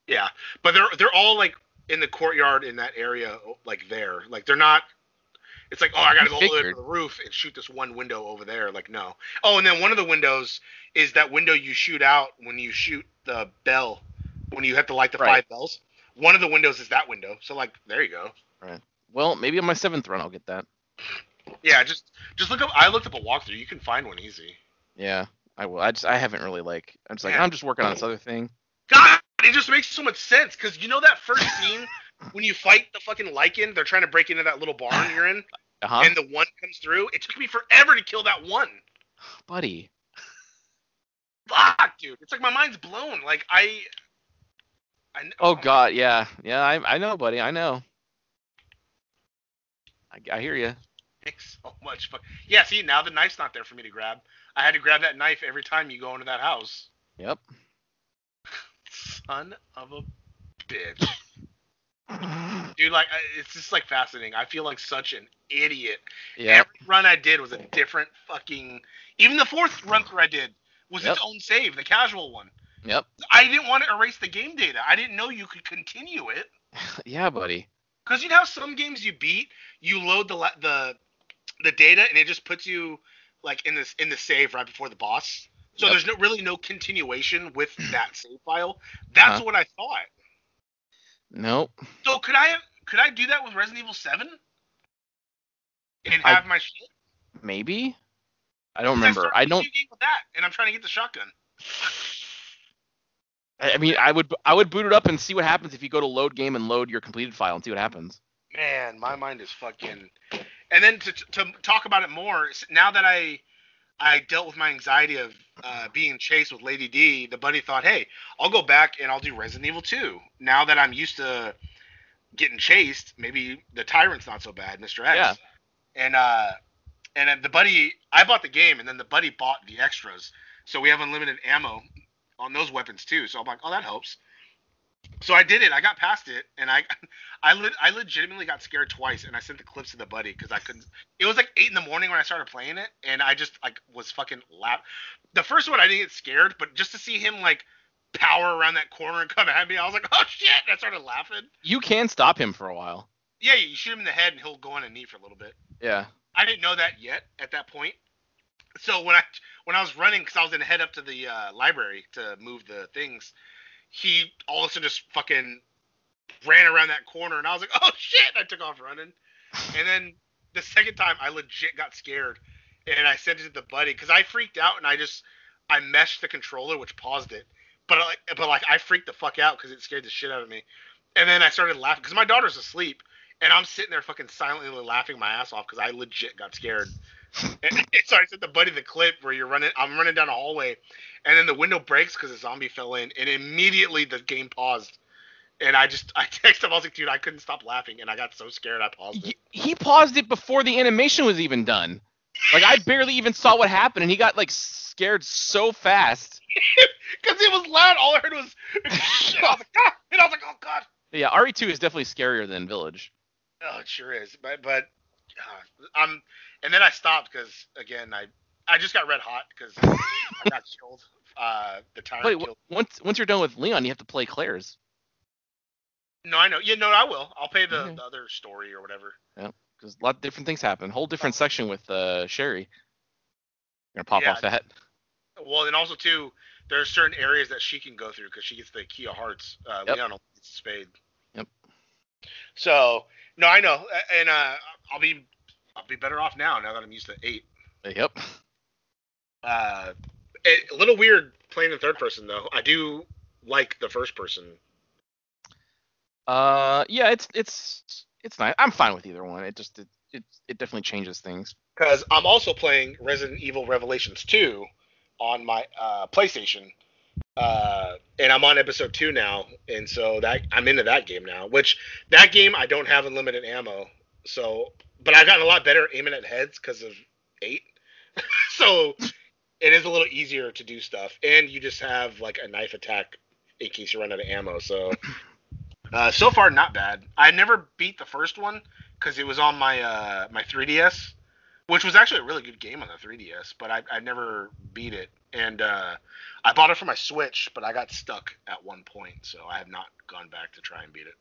Speaker 3: Yeah, but they're they're all like in the courtyard in that area, like there. Like they're not. It's like, oh, I gotta go all the way to
Speaker 4: Figured.
Speaker 3: the roof and shoot this one window over there. Like, no. Oh, and then one of the windows is that window you shoot out when you shoot the bell, when you have to light the
Speaker 4: Right.
Speaker 3: five bells. One of the windows is that window. So like, there you go.
Speaker 4: Well, maybe on my seventh run I'll get that.
Speaker 3: Yeah, just just look up. I looked up a walkthrough. You can find one easy.
Speaker 4: Yeah, I will. I just I haven't really like. I'm just like
Speaker 3: Yeah.
Speaker 4: I'm just working on this other thing.
Speaker 3: God, it just makes so much sense because you know that first scene when you fight the fucking lichen, they're trying to break into that little barn you're in.
Speaker 4: Uh huh.
Speaker 3: and the one comes through. It took me forever to kill that one.
Speaker 4: Buddy,
Speaker 3: Fuck, dude. It's like my mind's blown. Like I. I kn-
Speaker 4: Oh God, yeah, yeah, I, I know, buddy, I know. I, I hear you.
Speaker 3: Makes so much fun. Yeah. See, now the knife's not there for me to grab. I had to grab that knife every time you go into that house.
Speaker 4: Yep.
Speaker 3: Son of a bitch, dude. Like I- it's just like fascinating. I feel like such an idiot.
Speaker 4: Yeah.
Speaker 3: Every run I did was a different fucking. Even the fourth run through I did was its
Speaker 4: Yep.
Speaker 3: own save, the casual one.
Speaker 4: Yep. (sighs)
Speaker 3: I didn't want to erase the game data. I didn't know you could continue it.
Speaker 4: Yeah, buddy.
Speaker 3: Because you know how some games you beat, you load the la- the the data and it just puts you like in this in the save right before the boss. So
Speaker 4: Yep.
Speaker 3: there's no really no continuation
Speaker 4: (clears throat)
Speaker 3: with that save file. That's
Speaker 4: Uh-huh.
Speaker 3: what I thought.
Speaker 4: Nope.
Speaker 3: So could I could I do that with Resident Evil Seven? And
Speaker 4: I
Speaker 3: have my shit?
Speaker 4: Maybe. I don't
Speaker 3: 'Cause
Speaker 4: remember.
Speaker 3: started
Speaker 4: I
Speaker 3: a
Speaker 4: don't.
Speaker 3: new game with that, and I'm trying to get the shotgun.
Speaker 4: I I mean, I would I would boot it up and see what happens if you go to load game and load your completed file and see what happens.
Speaker 3: Man, my mind is fucking. And then to, to talk about it more, s- now that I I dealt with my anxiety of uh, being chased with Lady D, the buddy thought, hey, I'll go back and I'll do Resident Evil 2. Now that I'm used to getting chased, maybe the tyrant's not so bad, Mr. X.
Speaker 4: Yeah.
Speaker 3: And uh, and then the buddy, I bought the game, and then the buddy bought the extras, so we have unlimited ammo on those weapons too. So I'm like, oh, that helps. So I did it. I got past it, and I, I, le- I legitimately got scared twice, and I sent the clips to the buddy because I couldn't. It was like eight in the morning when I started playing it, and I just like was fucking laugh. The first one I didn't get scared, but just to see him like power around that corner and come at me, I was like, oh shit! And I started laughing.
Speaker 4: You can stop him for a while.
Speaker 3: Yeah, you shoot him in the head, and he'll go on a knee for a little bit.
Speaker 4: Yeah.
Speaker 3: I didn't know that yet at that point. So when I when I was running because I was gonna head up to the uh, library to move the things, he all of a sudden just fucking ran around that corner, and I was like, "Oh shit!" I took off running, and then the second time I legit got scared, and I sent it to the buddy because I freaked out and I just I meshed the controller, which paused it, but I, but like I freaked the fuck out because it scared the shit out of me, and then I started laughing because my daughter's asleep, and I'm sitting there fucking silently laughing my ass off because I legit got scared. And (laughs) so I sent the buddy the clip where you're running. I'm running down a hallway, and then the window breaks because a zombie fell in, and immediately the game paused. And I just (laughs) I texted him. I was like, dude, I couldn't stop laughing, and I got so scared I paused
Speaker 4: He,
Speaker 3: it.
Speaker 4: he paused it before the animation was even done. Like I barely even saw what happened, and he got like scared so fast.
Speaker 3: Because it was loud. All I heard
Speaker 4: (laughs)
Speaker 3: was, (laughs) and I was like, ah! and I was like, oh god.
Speaker 4: Yeah, RE2 is definitely scarier than Village.
Speaker 3: Oh, it sure is. But but uh, I'm and then I stopped because again I I just got red hot because
Speaker 4: (laughs)
Speaker 3: I got killed. Uh, the tyrant
Speaker 4: Wait,
Speaker 3: killed.
Speaker 4: w- once once you're done with Leon, you have to play Claire's.
Speaker 3: No, I know. Yeah, no, I will. I'll pay the,
Speaker 4: Okay.
Speaker 3: the other story or whatever.
Speaker 4: because a lot of different things happen. Whole different section with uh, Sherry. You're gonna pop
Speaker 3: Yeah.
Speaker 4: off that.
Speaker 3: Well, and also too, there are certain areas that she can go through because she gets the key of hearts. Uh,
Speaker 4: Yep.
Speaker 3: Leon gets the spade.
Speaker 4: Yep.
Speaker 3: So no, I know, A- and uh, I'll be I'll be better off now now that I'm used to eight.
Speaker 4: Yep.
Speaker 3: Uh, it- a little weird playing in third person though. I do like the first person.
Speaker 4: Uh, yeah, it's it's it's nice. I'm fine with either one. It just it it, it definitely changes things.
Speaker 3: because I'm also playing Resident Evil Revelations 2 on my uh, PlayStation, uh, and I'm on episode two now, and so that I'm into that game now. Which that game I don't have unlimited ammo, so but I've gotten a lot better at aiming at heads because of eight, (laughs) so it is a little easier to do stuff, and you just have like a knife attack in case you run out of ammo. So uh, so far not bad. I never beat the first one because it was on my uh, my 3ds which was actually a really good game on the 3DS, but I, I never beat it. And uh, I bought it for my Switch, but I got stuck at one point, so I have not gone back to try and beat it.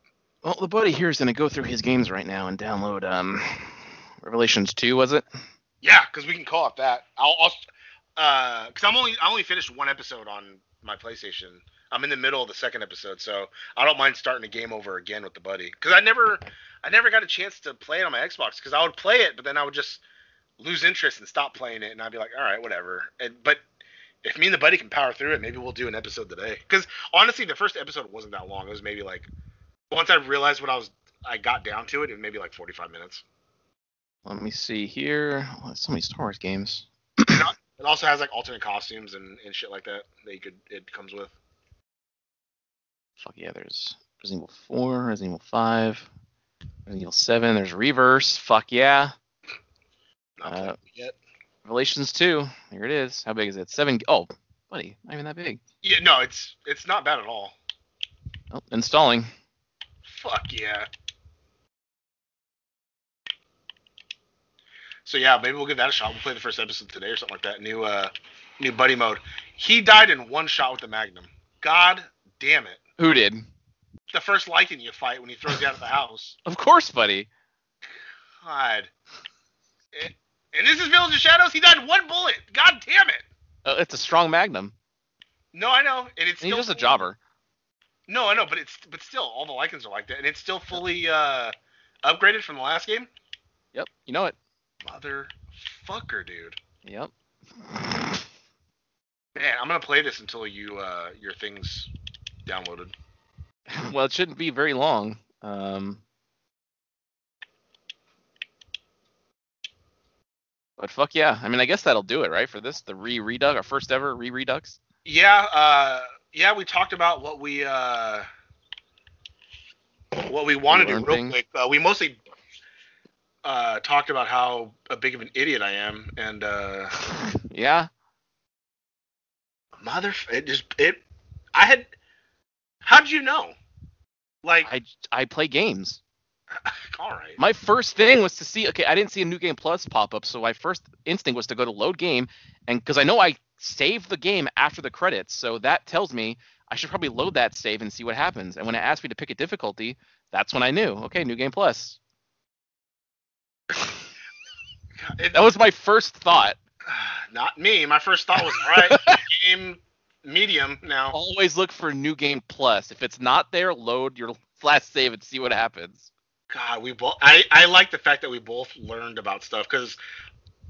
Speaker 4: Well, the buddy here is gonna go through his games right now and download um, Revelations two was it?
Speaker 3: Yeah, because we can call it that. I'll, I'll because I'm only I only finished one episode on my PlayStation. I'm in the middle of the second episode, so I don't mind starting a game over again with the buddy. Because I never I never got a chance to play it on my Xbox. Because I would play it, but then I would just lose interest and stop playing it, and I'd be like, all right, whatever. And but if me and the buddy can power through it, maybe we'll do an episode today. Because honestly, the first episode wasn't that long. It was maybe like once I realized what I was I got down to it, it was maybe like 45 minutes.
Speaker 4: Let me see here. Oh, so many Star Wars games.
Speaker 3: It also has like alternate costumes and, and shit like that that you could it comes with.
Speaker 4: Fuck yeah, there's Resident Evil four, Resident Evil five, Resident Evil seven. There's Reverse. Fuck yeah.
Speaker 3: Not
Speaker 4: Uh,
Speaker 3: played it yet.
Speaker 4: Revelations two. Here it is. How big is it? Seven. Oh, buddy, not even that big.
Speaker 3: Yeah, no, it's it's not bad at all.
Speaker 4: Oh, installing.
Speaker 3: Fuck yeah. So yeah, maybe we'll give that a shot. We'll play the first episode today or something like that. New uh new buddy mode. He died in one shot with the Magnum. God damn it.
Speaker 4: Who did?
Speaker 3: The first Lycan you fight when he throws you out of the house.
Speaker 4: Of course, buddy.
Speaker 3: God. And- and this is Village of Shadows. He died one bullet. God damn it.
Speaker 4: Uh, it's a strong Magnum.
Speaker 3: No, I know. And it's
Speaker 4: And he's
Speaker 3: still
Speaker 4: just a jobber.
Speaker 3: No, I know, but it's but still all the lichens are like that, and it's still fully uh, upgraded from the last game.
Speaker 4: Yep. You know it.
Speaker 3: Motherfucker, dude.
Speaker 4: Yep. (laughs)
Speaker 3: Man, I'm gonna play this until you uh, your things downloaded.
Speaker 4: well, it shouldn't be very long. Um. But fuck yeah. I mean, I guess that'll do it, right? For this, the re redux, our first ever re redux.
Speaker 3: Yeah, uh, yeah, we talked about what we uh, what we want to do
Speaker 4: Learn
Speaker 3: real
Speaker 4: things.
Speaker 3: quick. Uh, we mostly uh, talked about how a big of an idiot I am, and uh,
Speaker 4: (laughs) Yeah.
Speaker 3: mother, it just it. I had. How'd you know? Like, (laughs)
Speaker 4: I I play games.
Speaker 3: all right.
Speaker 4: My first thing was to see. Okay, I didn't see a new game plus pop up, so my first instinct was to go to load game, and because I know I saved the game after the credits, so that tells me I should probably load that save and see what happens. And when it asked me to pick a difficulty, that's when I knew. Okay, new game plus.
Speaker 3: God, it-
Speaker 4: That was my first thought.
Speaker 3: (sighs) not me. My first thought was, all (laughs) right, game medium now.
Speaker 4: Always look for new game plus. If it's not there, load your (laughs) last save and see what happens.
Speaker 3: God, we both. I I like the fact that we both learned about stuff because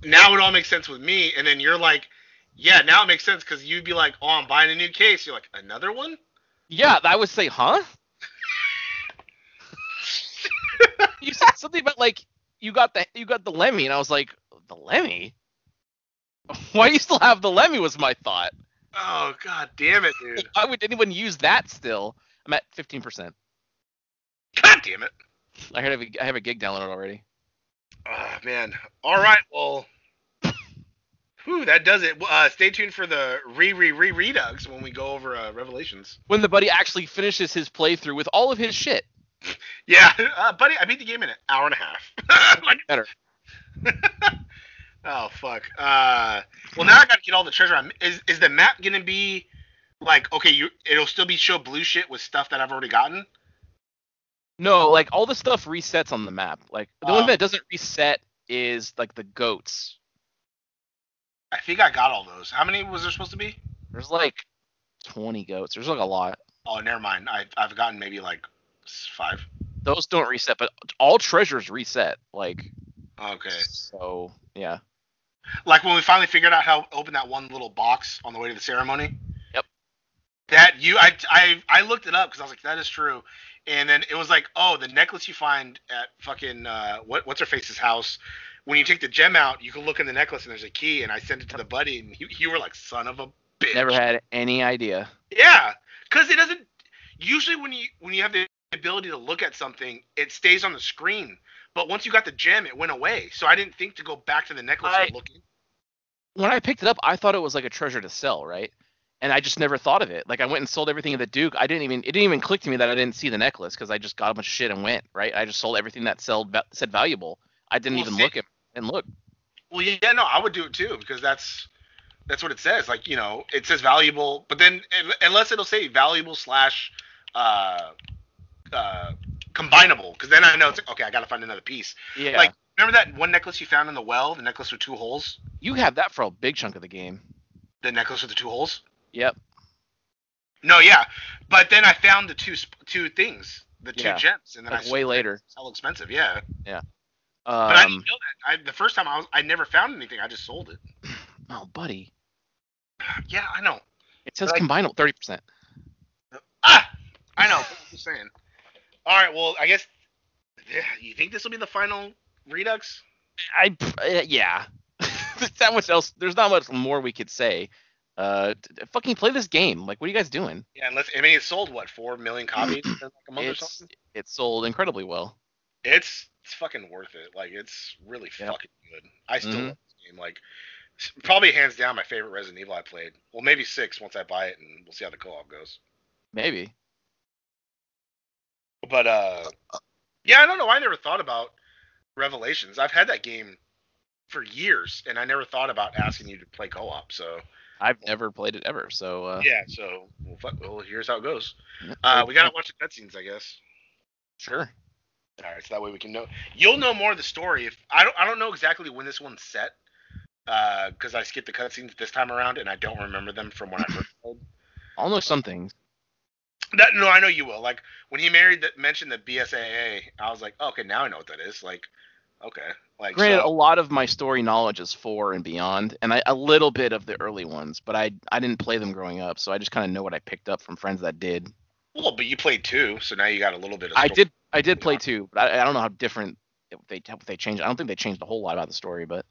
Speaker 3: now it all makes sense with me, and then you're like, yeah, now it makes sense because you'd be like, oh, I'm buying a new case. You're like, another one?
Speaker 4: Yeah, I would say, huh? you said something about like you got the you got the Lemmy, and I was like, the Lemmy. Why do you still have the Lemmy? Was my thought.
Speaker 3: Oh God, damn it, dude.
Speaker 4: Why would anyone use that still? I'm at 15%.
Speaker 3: (laughs) God damn it.
Speaker 4: I heard I have a, I have a gig downloaded already.
Speaker 3: Oh man. All right. Well. Whew, that does it. Well, Uh, stay tuned for the re re re redux when we go over uh, Revelations.
Speaker 4: When the buddy actually finishes his playthrough with all of his shit.
Speaker 3: Yeah, (laughs) uh, buddy, I beat the game in an hour and a half. (laughs) Like-
Speaker 4: Better.
Speaker 3: oh fuck. Uh, well now I gotta get all the treasure. I'm, is is the map gonna be like okay? You it'll still be show blue shit with stuff that I've already gotten.
Speaker 4: No, like all the stuff resets on the map. Like the only
Speaker 3: Oh.
Speaker 4: thing that doesn't reset is like the goats.
Speaker 3: I think I got all those. How many was there supposed to be?
Speaker 4: There's like 20 goats. There's like a lot.
Speaker 3: Oh, never mind. I I've gotten maybe like s- five.
Speaker 4: those don't reset, but all treasures reset. Like
Speaker 3: Okay.
Speaker 4: so, yeah.
Speaker 3: Like when we finally figured out how to open that one little box on the way to the ceremony.
Speaker 4: Yep.
Speaker 3: That you, I, I, I looked it up because I was like, that is true. And then it was like, oh, the necklace you find at fucking uh, what, what's her face's house. When you take the gem out, you can look in the necklace and there's a key. And I sent it to the buddy, and you, you were like, son of a bitch.
Speaker 4: Never had any idea.
Speaker 3: Yeah, because it doesn't. Usually, when you when you have the ability to look at something, it stays on the screen. But once you got the gem, it went away. So I didn't think to go back to the necklace
Speaker 4: I-
Speaker 3: and look.
Speaker 4: When I picked it up, I thought it was like a treasure to sell, right? And I just never thought of it. Like I went and sold everything at the Duke. I didn't even it didn't even click to me that I didn't see the necklace because I just got a bunch of shit and went right. I just sold everything that sold va- said valuable. I didn't
Speaker 3: Well,
Speaker 4: even
Speaker 3: see-
Speaker 4: look at and look.
Speaker 3: Well, yeah, no, I would do it too because that's that's what it says. Like you know, it says valuable, but then un- unless it'll say valuable slash uh, uh, combinable, because then I know it's like, okay. I gotta find another piece.
Speaker 4: Yeah,
Speaker 3: Like remember that one necklace you found in the well, the necklace with two holes,
Speaker 4: you have that for a big chunk of the game.
Speaker 3: the necklace with the two holes.
Speaker 4: Yep.
Speaker 3: No, yeah, but then I found the two sp- two things, the two
Speaker 4: Yeah.
Speaker 3: gems, and then I
Speaker 4: Like
Speaker 3: saw
Speaker 4: way later.
Speaker 3: it's hell expensive. Yeah, but I
Speaker 4: Um,
Speaker 3: didn't know that. I, the first time I was, I never found anything. I just sold it.
Speaker 4: oh, buddy,
Speaker 3: Yeah, I know.
Speaker 4: it says
Speaker 3: Like-
Speaker 4: combinable thirty percent.
Speaker 3: Ah, I know. I'm just saying. All right. Well, I guess. Yeah, you think this will be the final redux?
Speaker 4: I uh, yeah. (laughs) there's not much else. There's not much more we could say. Uh, t- t- fucking play this game. Like, what are you guys doing?
Speaker 3: Yeah, unless I mean, it sold what four million copies in like a month or
Speaker 4: It's
Speaker 3: something.
Speaker 4: it sold incredibly well.
Speaker 3: It's it's fucking worth it. Like it's really
Speaker 4: Yep.
Speaker 3: fucking good. I still
Speaker 4: Mhm.
Speaker 3: love this game. Like s- probably hands down my favorite Resident Evil I played. Well, maybe six once I buy it and we'll see how the co-op goes.
Speaker 4: Maybe.
Speaker 3: But uh, yeah, I don't know. why I never thought about Revelations. I've had that game for years, and I never thought about asking you to play co-op. So
Speaker 4: I've never played it ever. So uh,
Speaker 3: yeah, so well, fuck, well here's how it goes.
Speaker 4: yeah,
Speaker 3: Uh,
Speaker 4: cool.
Speaker 3: we gotta watch the cutscenes, I guess.
Speaker 4: (laughs) sure.
Speaker 3: All right, so that way we can know. You'll know more of the story if I don't. I don't know exactly when this one's set, because I skipped the cutscenes this time around, and I don't remember them from when I
Speaker 4: (laughs)
Speaker 3: first played.
Speaker 4: I'll know some things.
Speaker 3: That, no, I know you will. Like when he married that mentioned the BSAA, I was like, okay, now I know what that is. Like, okay, like
Speaker 4: Granted, a
Speaker 3: so,
Speaker 4: lot of my story knowledge is four and beyond, and I, a little bit of the early ones, but I I didn't play them growing up, so I just kind of know what I picked up from friends that did.
Speaker 3: well, but you played two, so now you got a little bit. of
Speaker 4: I
Speaker 3: story.
Speaker 4: did I did play two, but I, I don't know how different they they changed. I don't think they changed a whole lot about the story, but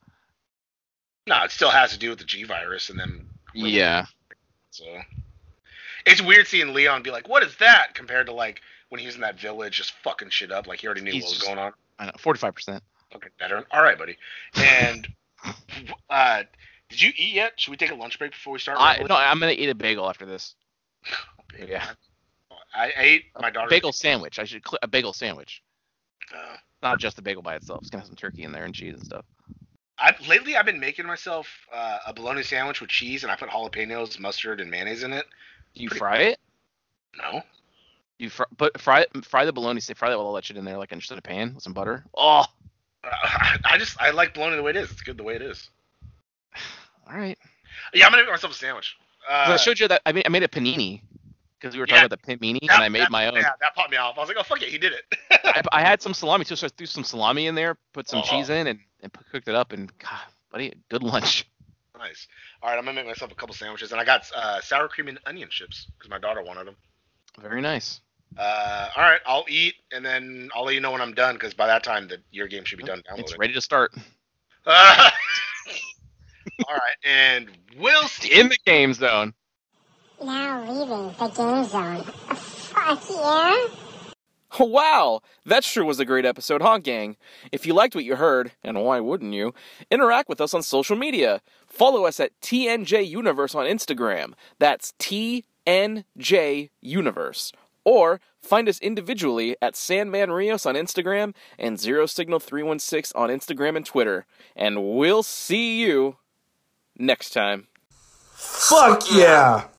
Speaker 3: No, it still has to do with the G virus, and then
Speaker 4: yeah.
Speaker 3: So it's weird seeing Leon be like, "What is that?" compared to like when he was in that village, just fucking shit up. Like he already knew
Speaker 4: He's
Speaker 3: what was
Speaker 4: just-
Speaker 3: going on.
Speaker 4: I know, forty-five percent.
Speaker 3: fucking veteran. All right, buddy. And (laughs) uh, did you eat yet? Should we take a lunch break before we start?
Speaker 4: I
Speaker 3: rambling?
Speaker 4: no, I'm gonna eat a bagel after this.
Speaker 3: Oh, baby,
Speaker 4: yeah. Uh,
Speaker 3: I- I ate my
Speaker 4: A
Speaker 3: daughter's
Speaker 4: bagel sandwich. I should cl- a bagel sandwich,
Speaker 3: Uh,
Speaker 4: not just the bagel by itself. It's gonna have some turkey in there and cheese and stuff.
Speaker 3: I lately I've been making myself uh, a bologna sandwich with cheese, and I put jalapenos, mustard, and mayonnaise in it.
Speaker 4: Do you
Speaker 3: Pretty-
Speaker 4: fry it?
Speaker 3: No,
Speaker 4: You fr- but fry fry the bologna. Say fry that all that shit in there like in just in a pan with some butter. Oh,
Speaker 3: Uh, (laughs) I just I like bologna the way it is. It's good the way it is.
Speaker 4: all right.
Speaker 3: Yeah, I'm gonna make myself a sandwich.
Speaker 4: 'Cause
Speaker 3: Uh,
Speaker 4: I showed you that I made I made a panini because we were
Speaker 3: Yeah.
Speaker 4: talking about the panini and I made my own.
Speaker 3: Yeah, that popped me off. I was like, oh fuck it, he did it.
Speaker 4: Oh.
Speaker 3: (laughs)
Speaker 4: I, I had some salami too, so I threw some salami in there, put some
Speaker 3: Oh.
Speaker 4: cheese in, and, and cooked it up. And God, buddy, good lunch.
Speaker 3: nice. All right, I'm gonna make myself a couple sandwiches, and I got uh, sour cream and onion chips because my daughter wanted them.
Speaker 4: Very nice.
Speaker 3: Uh, all right, I'll eat, and then I'll let you know when I'm done because by that time the your game should be done downloading.
Speaker 4: It's ready to start.
Speaker 3: (laughs) all right, and we'll see.
Speaker 4: In the game zone.
Speaker 2: Now leaving the game zone. Fuck yeah?
Speaker 5: (laughs) Wow, that sure was a great episode, huh, gang? If you liked what you heard, and why wouldn't you, interact with us on social media. Follow us at TNJ Universe on Instagram. That's TNJ Universe. Or find us individually at Sandman Rios on Instagram and Zero Signal 316 on Instagram and Twitter. And we'll see you next time.
Speaker 6: Fuck yeah!